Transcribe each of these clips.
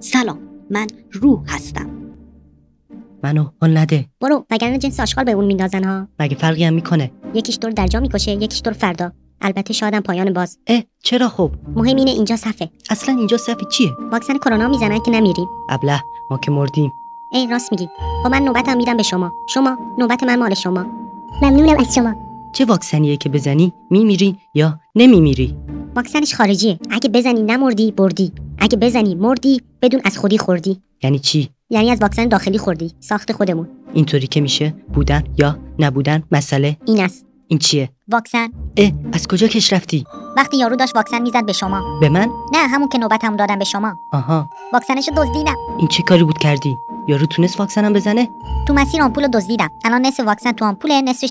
سلام من روح هستم منو حل نده برو وگرنه جنس آشغال به اون میندازن ها مگه فرقی هم میکنه یکیش تو رو در جا میکشه یکیش تو رو فردا البته شادم پایان باز اه چرا خب مهم اینه اینجا صفه اصلا اینجا صفحه چیه واکسن کرونا میزنن که نمیری ابله ما که مردیم ای راست میگی خب من نوبتم میدم به شما شما نوبت من مال شما ممنونم از شما چه واکسنیه که بزنی میمیری یا نمیمیری واکسنش خارجیه اگه بزنی نمردی بردی اگه بزنی مردی بدون از خودی خوردی یعنی چی یعنی از واکسن داخلی خوردی ساخت خودمون اینطوری که میشه بودن یا نبودن مسئله این است این چیه واکسن اه از کجا کش رفتی وقتی یارو داشت واکسن میزد به شما به من نه همون که نوبت هم دادم به شما آها واکسنشو دزدیدم این چه کاری بود کردی یارو تونست واکسنم بزنه تو مسیر آمپولو دزدیدم الان نصف واکسن تو آمپوله نصفش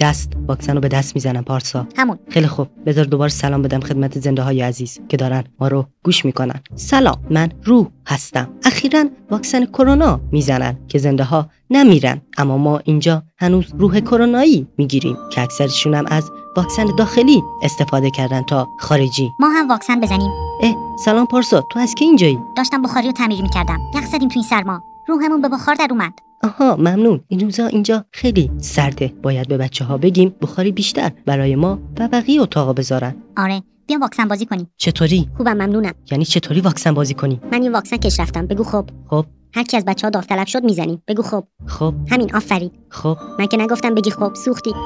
دست واکسن رو به دست میزنم پارسا همون. خیلی خوب بذار دوباره سلام بدم خدمت زنده های عزیز که دارن ما رو گوش میکنن سلام من روح هستم اخیرا واکسن کرونا میزنن که زنده ها نمیرن اما ما اینجا هنوز روح کرونایی میگیریم که اکثرشون هم از واکسن داخلی استفاده کردن تا خارجی ما هم واکسن بزنیم اه سلام پارسا تو از که اینجایی داشتم بخاری رو تعمیر میکردم یخ زدیم تو این سرما روحمون به بخار در اومد آها ممنون این روزا اینجا خیلی سرده باید به بچه ها بگیم بخاری بیشتر برای ما و بقیه اتاقا بذارن آره بیا واکسن بازی کنیم چطوری خوبم ممنونم یعنی چطوری واکسن بازی کنی من یه واکسن کش رفتم بگو خب خب. هر کی از بچه ها داوطلب شد میزنیم بگو خب خب همین آفرین خب من که نگفتم بگی خب سوختی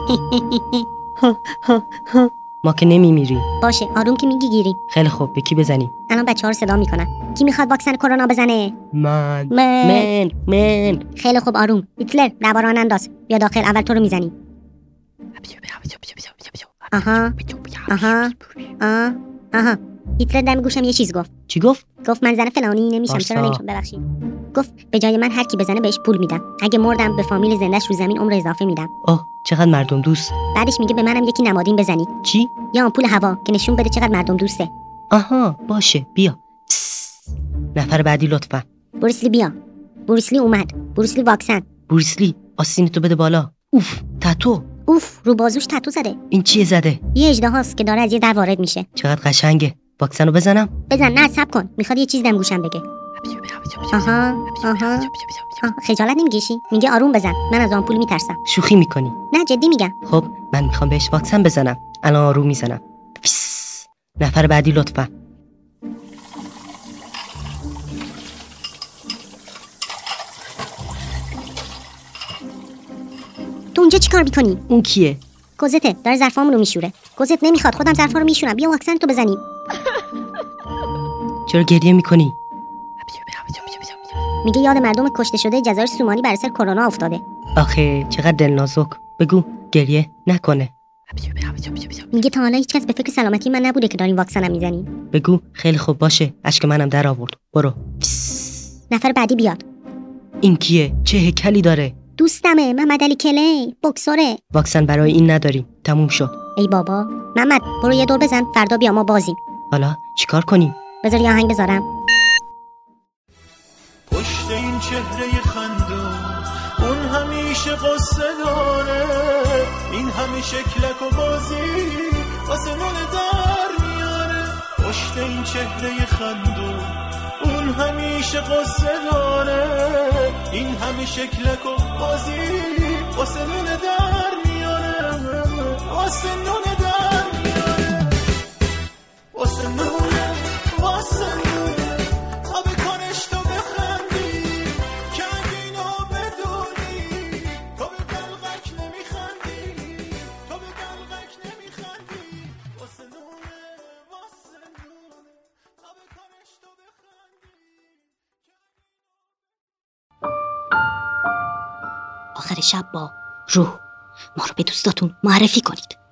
ما که نمیمیری باشه آروم که میگی گیری خیلی خب به کی بزنی الان بچه ها رو صدا میکنن کی میخواد واکسن کرونا بزنه من من من من خیلی خوب آروم هیتلر نوار آن انداز بیا داخل اول تو رو میزنیم آها آها آه آها هیتلر دم گوشم یه چیز گفت چی گفت گفت من زن فلانی نمیشم چرا پارسا. نمیشم ببخشید گفت به جای من هر کی بزنه بهش پول میدم اگه مردم به فامیل زندش رو زمین عمر اضافه میدم آه چقدر مردم دوست بعدش میگه به منم یکی نمادین بزنی چی یا آمپول هوا که نشون بده چقدر مردم دوسته آها باشه بیا تس. نفر بعدی لطفا بوریسلی بیا بوریسلی اومد بوریسلی واکسن بورسلی آسین تو بده بالا اوف تتو اوف رو بازوش تتو زده این چیه زده یه اژدهاست که داره از یه در وارد میشه چقدر قشنگه واکسن رو بزنم بزن نه سب کن میخواد یه چیز دم گوشم بگه آها آها آه خجالت نمیکشی میگه آروم بزن من از آمپول میترسم شوخی میکنی نه جدی میگم خب من میخوام بهش واکسن بزنم الان آروم میزنم پس. نفر بعدی لطفا تو اونجا چیکار میکنی اون کیه گزته داره ظرفامون رو میشوره گزت نمیخواد خودم ظرفا رو میشورم بیا واکسن تو بزنیم چرا گریه میکنی میگه یاد مردم کشته شده جزایر سومانی بر سر کرونا افتاده آخه چقدر دل نازک بگو گریه نکنه میگه تا حالا هیچکس به فکر سلامتی من نبوده که داریم واکسنم میزنیم بگو خیلی خوب باشه اشک منم در آورد برو پس. نفر بعدی بیاد این کیه چه هکلی داره دوستمه محمد علی کلی بکسوره واکسن برای این نداریم تموم شد ای بابا محمد برو یه دور بزن فردا بیا ما بازیم حالا چیکار کنیم بذار یه آهنگ بذارم پشت این چهره خندون اون همیشه قصه داره این همه شکلک و بازی واسه نون در میاره پشت این چهره خندون اون همیشه قصه داره این همه شکلک و بازی واسه نون در میاره واسه نون در میاره واسه نونه واسه نونه آب کنش تو بخندی که اگه اینو بدونی تو به دلغک نمیخندی تو به دلغک نمیخندی واسه نونه واسه نونه آب کنش تو بخندی آخر شب با روح ما رو به دوستاتون معرفی کنید